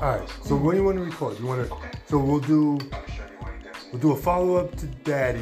All right. So when you want to record, you want to. So we'll do. We'll do a follow up to Daddy,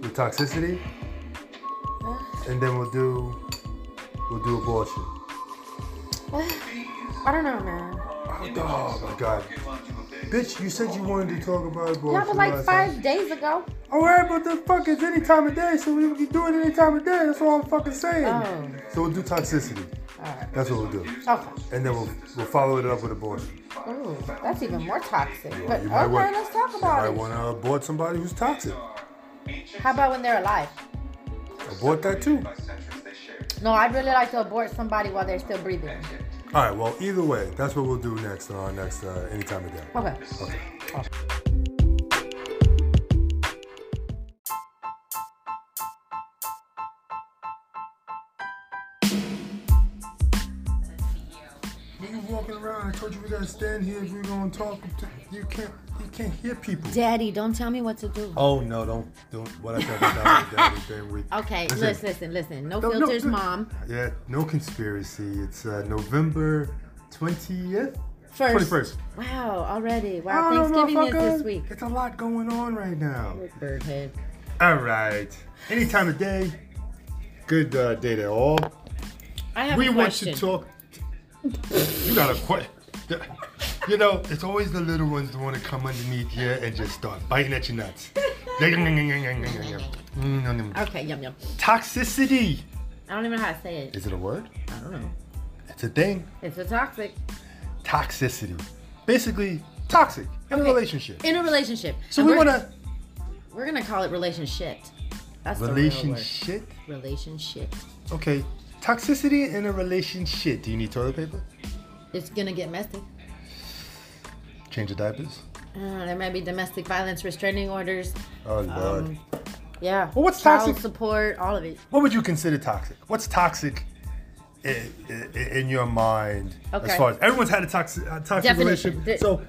with toxicity, and then we'll do. We'll do abortion. I don't know, man. Oh, dog, my God. Bitch, you said you wanted to talk about abortion. That was like last five time. days ago. All right, but the fuck is any time of day, so we can do it any time of day. That's all I'm fucking saying. Oh. So we'll do toxicity. Alright. That's what we'll do. Okay. And then we'll, we'll follow it up with abortion. Ooh, that's even more toxic. But oh. You okay, might want- let's talk You about might it. want to abort somebody who's toxic. How about when they're alive? Abort that too. No, I'd really like to abort somebody while they're still breathing. All right. Well, either way, that's what we'll do next on our next uh, any time of day. Okay. When you walking around, I told you we gotta stand here. If we're gonna talk, to, you can't you can't hear people. Daddy, don't tell me what to do. Oh no! Don't don't. What I said about that damn week. Okay, Listen. listen, listen, listen. No Oh. No, no, filters, no. mom. Yeah, no conspiracy. It's uh, November twentieth. First. 21st. Wow, already. Wow, Uh, Thanksgiving is this week. It's a lot going on right now. Birdhead. All right. Any time of day. Good uh, day to all. I have we a want question. to talk. You got a question. You know, it's always the little ones that want to come underneath you and just start biting at your nuts. Okay, yum yum. Toxicity. I don't even know how to say it. Is it a word? I don't know. It's a thing. It's a toxic Toxicity. Basically, toxic in a Okay. relationship. in a relationship. So And we we're- want to We're gonna call it relationship. That's relationship. relationship. the real word. Relationship. Okay. Toxicity in a relationship. Do you need toilet paper? It's gonna get messy. Change the diapers. Uh, there might be domestic violence, restraining orders. Oh lord. Um, Yeah. Well, what's Child toxic- support? All of it. what would you consider toxic? What's toxic in, in your mind as Okay. far as everyone's had a toxic, a toxic Definition. relationship? The- so,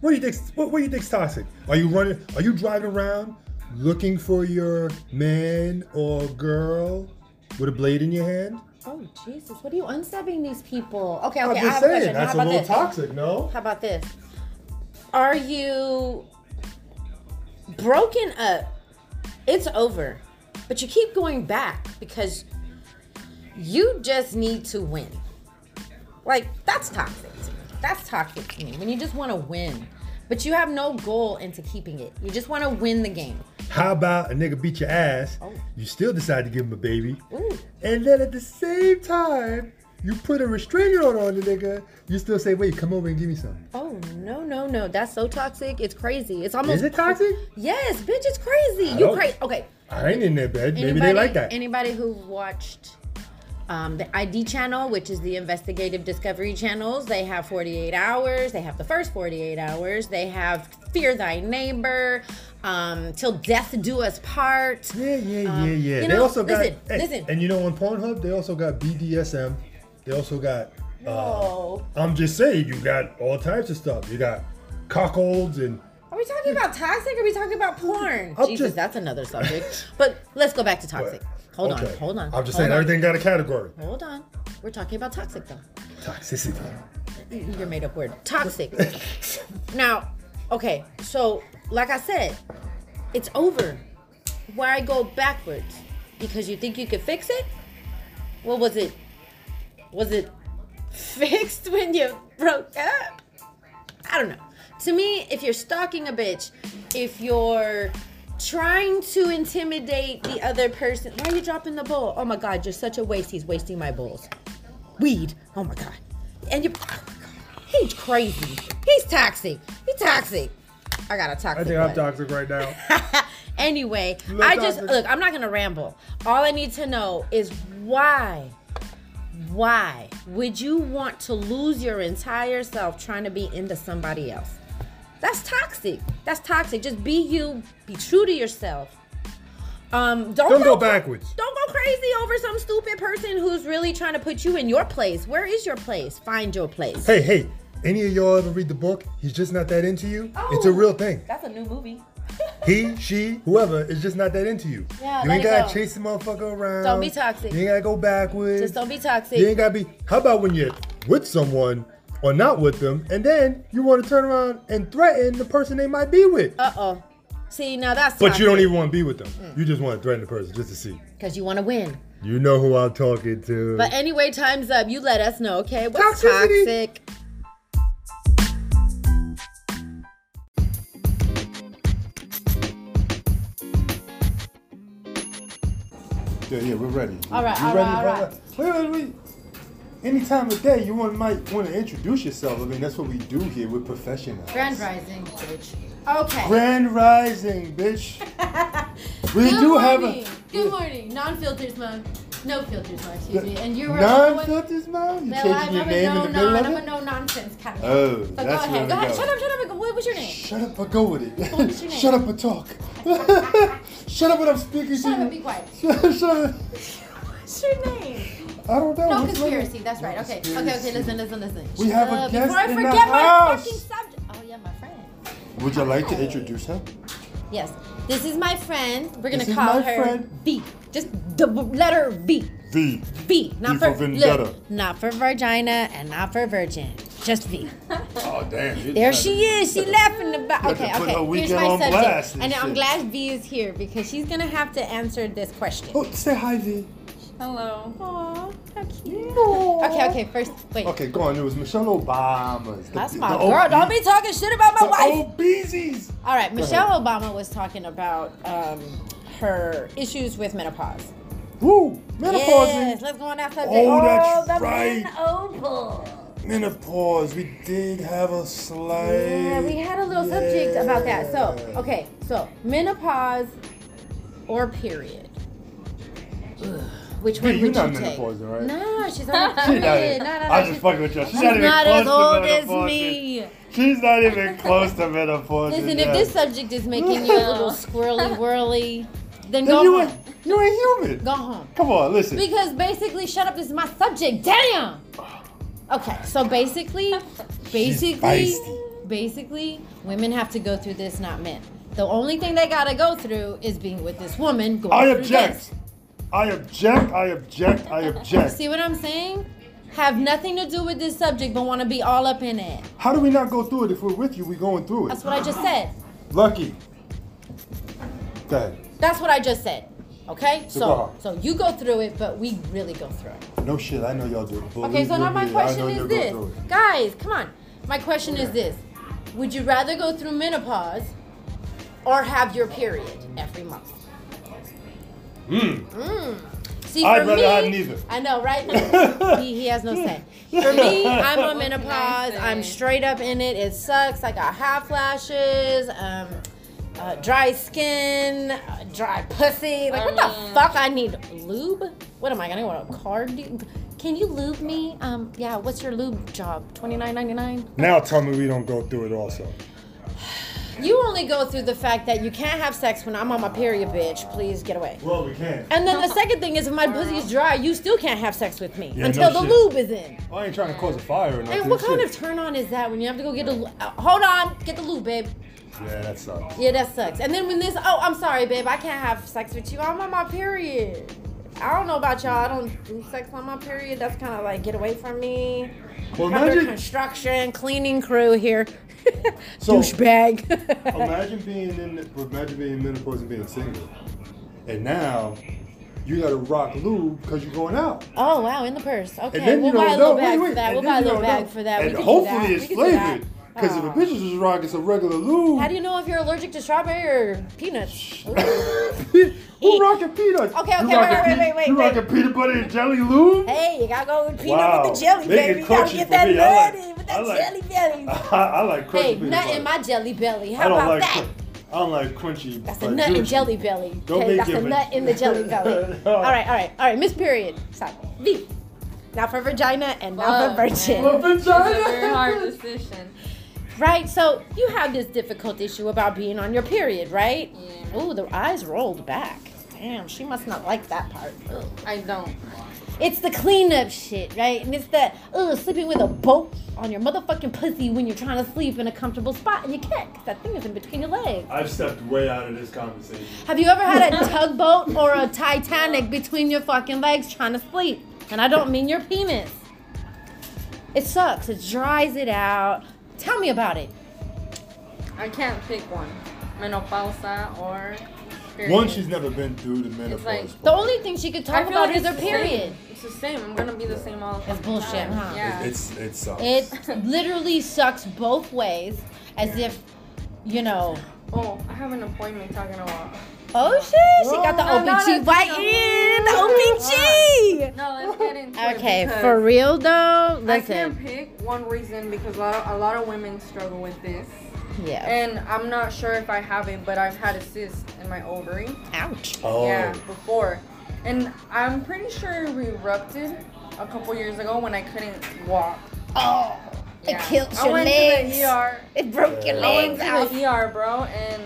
what do you think? What, what do you think's toxic? Are you running? Are you driving around looking for your man or girl with a blade in your hand? Oh Jesus! What are you unsubbing these people? Okay, I'm okay. I just have a saying question. that's How a about little this? toxic. No. How about this? Are you broken up? It's over, but you keep going back because you just need to win. Like, that's toxic to me. That's toxic to me. When you just want to win, but you have no goal into keeping it. You just want to win the game. How about a nigga beat your ass? Oh. You still decide to give him a baby. Ooh. And then at the same time, you put a restraining order on the nigga. You still say, wait, come over and give me some. Oh, no, no, no. That's so toxic. It's crazy. It's almost. Is it toxic? Yes, bitch, it's crazy. I You don't- crazy. Okay. I ain't in their bed. Maybe anybody, they like that. Anybody who watched um, the ID channel, which is the investigative discovery channels, they have 48 hours. They have the first 48 hours. They have Fear Thy Neighbor, um, Till Death Do Us Part. yeah, yeah, Um, yeah, yeah. you they know, also got. listen, hey, listen. And you know, on Pornhub, they also got BDSM. They also got. Uh, Whoa. I'm just saying, you got all types of stuff. You got cockholds and. Are we talking about toxic or are we talking about porn? I'm Jesus, just- that's another subject. but let's go back to toxic. Hold on, Okay. hold on. I'm just hold saying, on, everything got a category. Hold on. We're talking about toxic, though. Toxicity. your made up word toxic now okay so like i said it's over why go backwards because you think you could fix it what was it was it fixed when you broke up i don't know to me if you're stalking a bitch if you're trying to intimidate the other person why are you dropping the bowl oh my god you're such a waste he's wasting my bowls weed. Oh my god. And you he's crazy. He's toxic. He's toxic. I got a toxic. one. toxic right now. anyway, little I just toxic. look, I'm not gonna ramble. All I need to know is why. Why would you want to lose your entire self trying to be into somebody else? That's toxic. That's toxic. Just be you, be true to yourself. Um, don't, Don't go backwards. don't go crazy over some stupid person who's really trying to put you in your place. Where is your place? Find your place. Hey, hey, any of y'all ever read the book? He's just not that into you. It's a Oh. real thing. That's a new movie. He, she, whoever is just not that into you. Yeah, you let ain't it gotta go. chase the motherfucker around. Don't be toxic. You ain't gotta go backwards. Just don't be toxic. You ain't gotta be. How about when you're with someone or not with them, and then you want to turn around and threaten the person they might be with. Uh oh. See, now that's but you don't even want to be with them. You just want to threaten the person just to see. because you want to win. You know who I'm talking to. But anyway, time's up. You let us know, okay? What's Toxicity. toxic? yeah, yeah, we're ready. All right, You all ready, right, all right. brother? Wait, wait, wait. Any time of day, you want, might want to introduce yourself. I mean, that's what we do here. We're professionals. Grand rising, bitch. Okay. Grand rising, bitch. we Good do morning. have a Good morning. Non-filters, mom. No filters, mom. Excuse me. And you're non-filters, mom. You Well, changing I'm, your I'm name a in no the middle non. of I'm a it. no nonsense kind of. Oh, but that's go where ahead. we Go ahead. go. Shut up. Shut up. What was your name? Shut up or go with it. What was your name? Shut up or talk. Shut up when I'm speaking Shut up to and be you. quiet. Shut up. What's your name? I don't know. No What's wrong? conspiracy. That's right. No Okay. Okay. conspiracy. Okay. Listen. Listen. Listen. We have a Shut up. guest Before I in the forget my house. fucking subject. Oh yeah, my friend. Would you like to introduce her? Yes. This is my friend. We're gonna This is my call her friend. B. Just the letter B. V. V. Not V for, for vendetta. Look, not for vagina and not for virgin. Just V. Oh damn. you There tried she to- is. She laughing about. Had to Okay, put her okay. Here's weekend my on subject, blast and and I'm shit. glad V is here because she's gonna have to answer this question. Oh, say hi, V. Hello. Aww, how cute. Aw. Okay, okay. First, wait. Okay, go on. It was Michelle Obama's. The- That's the my O- girl. Don't be talking shit about my the wife. Obesies. All right, Go ahead. Michelle Obama was talking about um, her issues with menopause. Woo. Menopause. Yes, let's go on that subject. Oh, that's the right. men oval. Menopause. We did have a slight. Yeah, we had a little subject about that. So, okay, so menopause or period. Ugh, Which one you're would not you take? menopausing, right? No, she's She's not not. period. even, no, no, no, I'm she's- just fucking with you. She's, she's not even not close as to old as menopause. me. She's not even close to menopause. Listen, yeah. if this subject is making you a little squirrely whirly, Then then go you home. ain't, you ain't human. Go home. Come on, listen. Because basically, shut up. This is my subject. Damn. Okay, so basically, basically, feisty. basically, women have to go through this, not men. The only thing they gotta go through is being with this woman. Going I through object. I object. I object. I this. object. See what I'm saying? Have nothing to do with this subject, but want to be all up in it. How do we not go through it if we're with you? We're going through it. That's what I just said. Lucky. Go ahead. That's what I just said. Okay, so Cigar. so you go through it, but we really go through it. No shit. I know y'all do. Believe Okay, so you now my me, I know question you'll is go this. through it. Guys, come on. My question is this. Would you rather go through menopause or have your period every month? Mm. See, Hmm. I'd for rather me, have neither. I know, right? he, he has no say. For me, I'm on menopause. I'm straight up in it. It sucks. I got hot flashes, um, uh, dry skin, uh, dry pussy. Like, what the fuck? I need lube? What am I gonna go to a car? Do- Can you lube me? Um, yeah. What's your lube job? Twenty nine ninety nine. Now tell me we don't go through it also. You only go through the fact that you can't have sex when I'm on my period, bitch. Please get away. Well, we can. And then the second thing is, if my pussy is dry, you still can't have sex with me Yeah, until no the shit. lube is in. I ain't trying to cause a fire or nothing. And what kind shit. of turn on is that when you have to go get a lu- uh, hold on, get the lube, babe? Yeah, that sucks. Yeah, that sucks. And then when this, oh, I'm sorry, babe, I can't have sex with you. I'm on my period. I don't know about y'all. I don't do sex on my period. That's kind of like get away from me. Well, Under imagine, construction, cleaning crew here. So- Douchebag. imagine being in, imagine being in menopause and being single, and now you gotta rock lube because you're going out. oh wow, in the purse. Okay, And then we'll you don't buy a know. little bag wait, wait. for that. and We'll then buy a you little don't bag know. for that. And we could do hopefully that. it's We could do that. flavored. Because if a Aw. bitch is just rocking some regular lube, How do you know if you're allergic to strawberry or peanuts? Ooh. who rocking peanuts? Okay, okay, you wait, rocking pe- wait, wait, wait, You wait. rocking peanut butter and jelly lube? Hey, you gotta go with peanut Wow. with the jelly, Make it baby. You gotta crunchy get for that me. I like- nutty with I that like- jelly belly. I, I like crunchy hey, peanut nut butter. in my jelly belly. How I don't about like. that? Cr- I don't like crunchy. That's a nut in jelly belly. Don't okay, make that's it a with- nut in the jelly belly. No. All right, all right, all right. Miss Period. Stop. V. Not for vagina and not for Whoa, virgin. man. vagina. It's a very hard decision. Right, so you have this difficult issue about being on your period, right? Yeah. Ooh, the eyes rolled back. Damn, she must not like that part. Ugh. I don't. It's the cleanup shit, right? And it's that, ugh, sleeping with a boat on your motherfucking pussy when you're trying to sleep in a comfortable spot and you can't because that thing is in between your legs. I've stepped way out of this conversation. Have you ever had a tugboat or a Titanic between your fucking legs trying to sleep? And I don't mean your penis. It sucks. It dries it out. Tell me about it. I can't pick one. Menopausa or. period. One, she's never been through the menopause. like- The only thing she could I talk feel about like is her it's the same. period. It's the same. I'm gonna be the same all the That's fucking bullshit, time. huh? Yeah. It's it sucks. It literally sucks both ways, as if, you know. oh, I have an appointment talking about. Oh shit! She got the No, no, that's OPG right in. OPG. No, let's get into it Okay, because for real though. I can't Listen. pick one reason because a lot, of, a lot of women struggle with this. Yeah. And I'm not sure if I have it, but I've had a cyst in my ovary. Ouch. oh, Yeah, before. And I'm pretty sure it erupted a couple years ago when I couldn't walk. Oh. It Yeah. killed I your went legs. To the ER. It broke your I I legs went out. to the ER, bro, and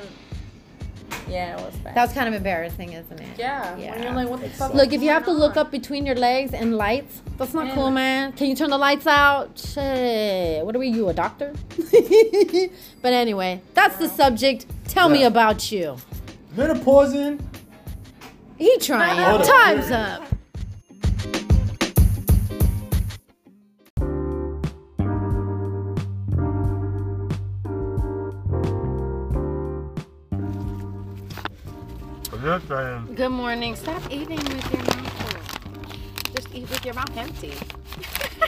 yeah, it was bad. That was kind of embarrassing, isn't it? yeah, When you're like, what the That fuck? sucks. Look, if you have to going look on? up between your legs and lights, that's not Man. cool, man. Can you turn the lights out? Shit. What are you, a doctor? but anyway, that's the subject. Tell me Yeah. about you. menopausing. He trying. Hold up. Time's up. Yes, I am. Good morning. Stop eating with your mouth full. Just eat with your mouth empty.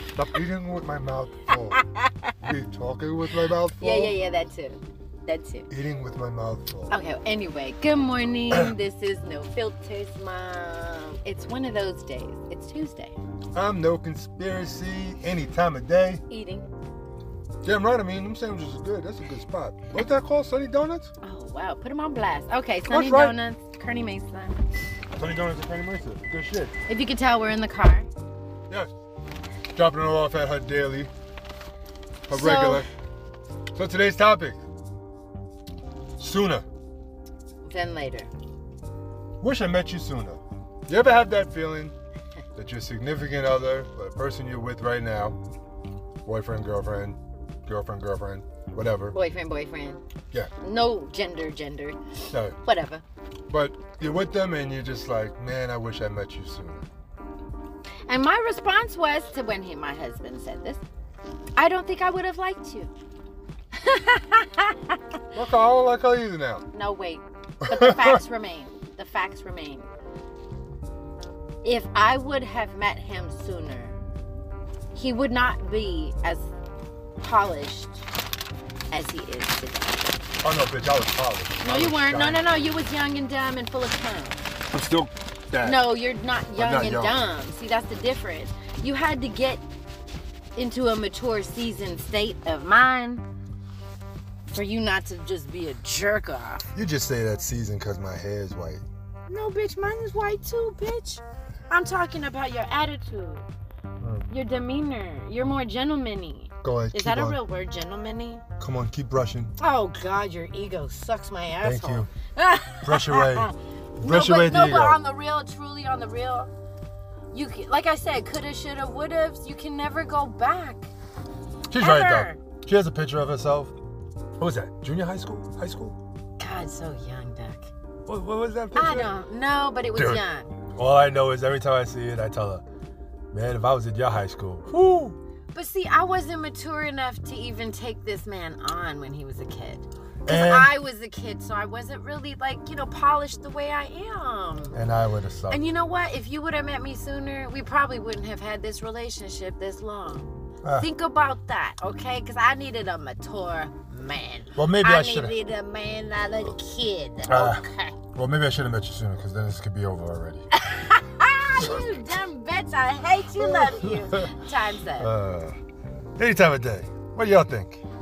Stop eating with my mouth full. Be talking with my mouth full. Yeah, yeah, yeah. That too. That too. Eating with my mouth full. Okay. Anyway, good morning. this is No Filters, Mom. It's one of those days. It's Tuesday. I'm no conspiracy any time of day. Eating. Damn right, I mean, them sandwiches are good. That's a good spot. What's that called? Sunny Donuts? Oh wow. Put them on blast. Okay. Sunny right. Donuts, Kearney Mason. Sunny Donuts in County Mesa. Good shit. If you could tell, we're in the car. Yes. Dropping her off at her daily, her So- regular. So today's topic sooner. Then later. Wish I met you sooner. You ever have that feeling that your significant other, or the person you're with right now, boyfriend, girlfriend, girlfriend, girlfriend, whatever, Boyfriend, boyfriend. Yeah. No gender, gender. no, Whatever. but you're with them and you're just like, man, I wish I met you sooner. And my response was to when he, my husband, said this, I don't think I would have liked you. Look, I don't like her either now. no, wait. But the facts remain. The facts remain. If I would have met him sooner, he would not be as polished as he is today. Oh no, bitch, I was polished. No, I you was weren't. No, shiny. no, no. You was young and dumb and full of cum. I'm still that. No, you're not young Uh, not and young. dumb. See, that's the difference. You had to get into a mature, seasoned state of mind for you not to just be a jerk off. You just say that season because my hair is white. No, bitch, mine is white too, bitch. I'm talking about your attitude, Oh. your demeanor. You're more gentlemanly. Go ahead. Is keep that a on. real word, gentlemanly? Come on, keep brushing. Oh God, your ego sucks my Thank asshole. you. Brush away. Brush no, away but, no, the but on ego. the real, truly on the real, you c- like I said, coulda, shoulda, woulda's. You can never go back. She's right though. She has a picture of herself. What was that? Junior high school? High school? God, so young, Duck. What, what was that picture? I don't know, but it was Dude. young. All I know is every time I see it, I tell her, man, if I was at your high school, whoo. But see, I wasn't mature enough to even take this man on when he was a kid. Because And, I was a kid, so I wasn't really like, you know, polished the way I am. and I would have sucked. And you know what? If you would have met me sooner, we probably wouldn't have had this relationship this long. Ah. Think about that, okay? Because I needed a mature man. Well, maybe I should've- needed a man, not a kid. Ah. okay. well, maybe I should have met you sooner because then this could be over already. Ah, you dumb bitch! I hate you, love you. Time's up. uh, any time of day. What do y'all think?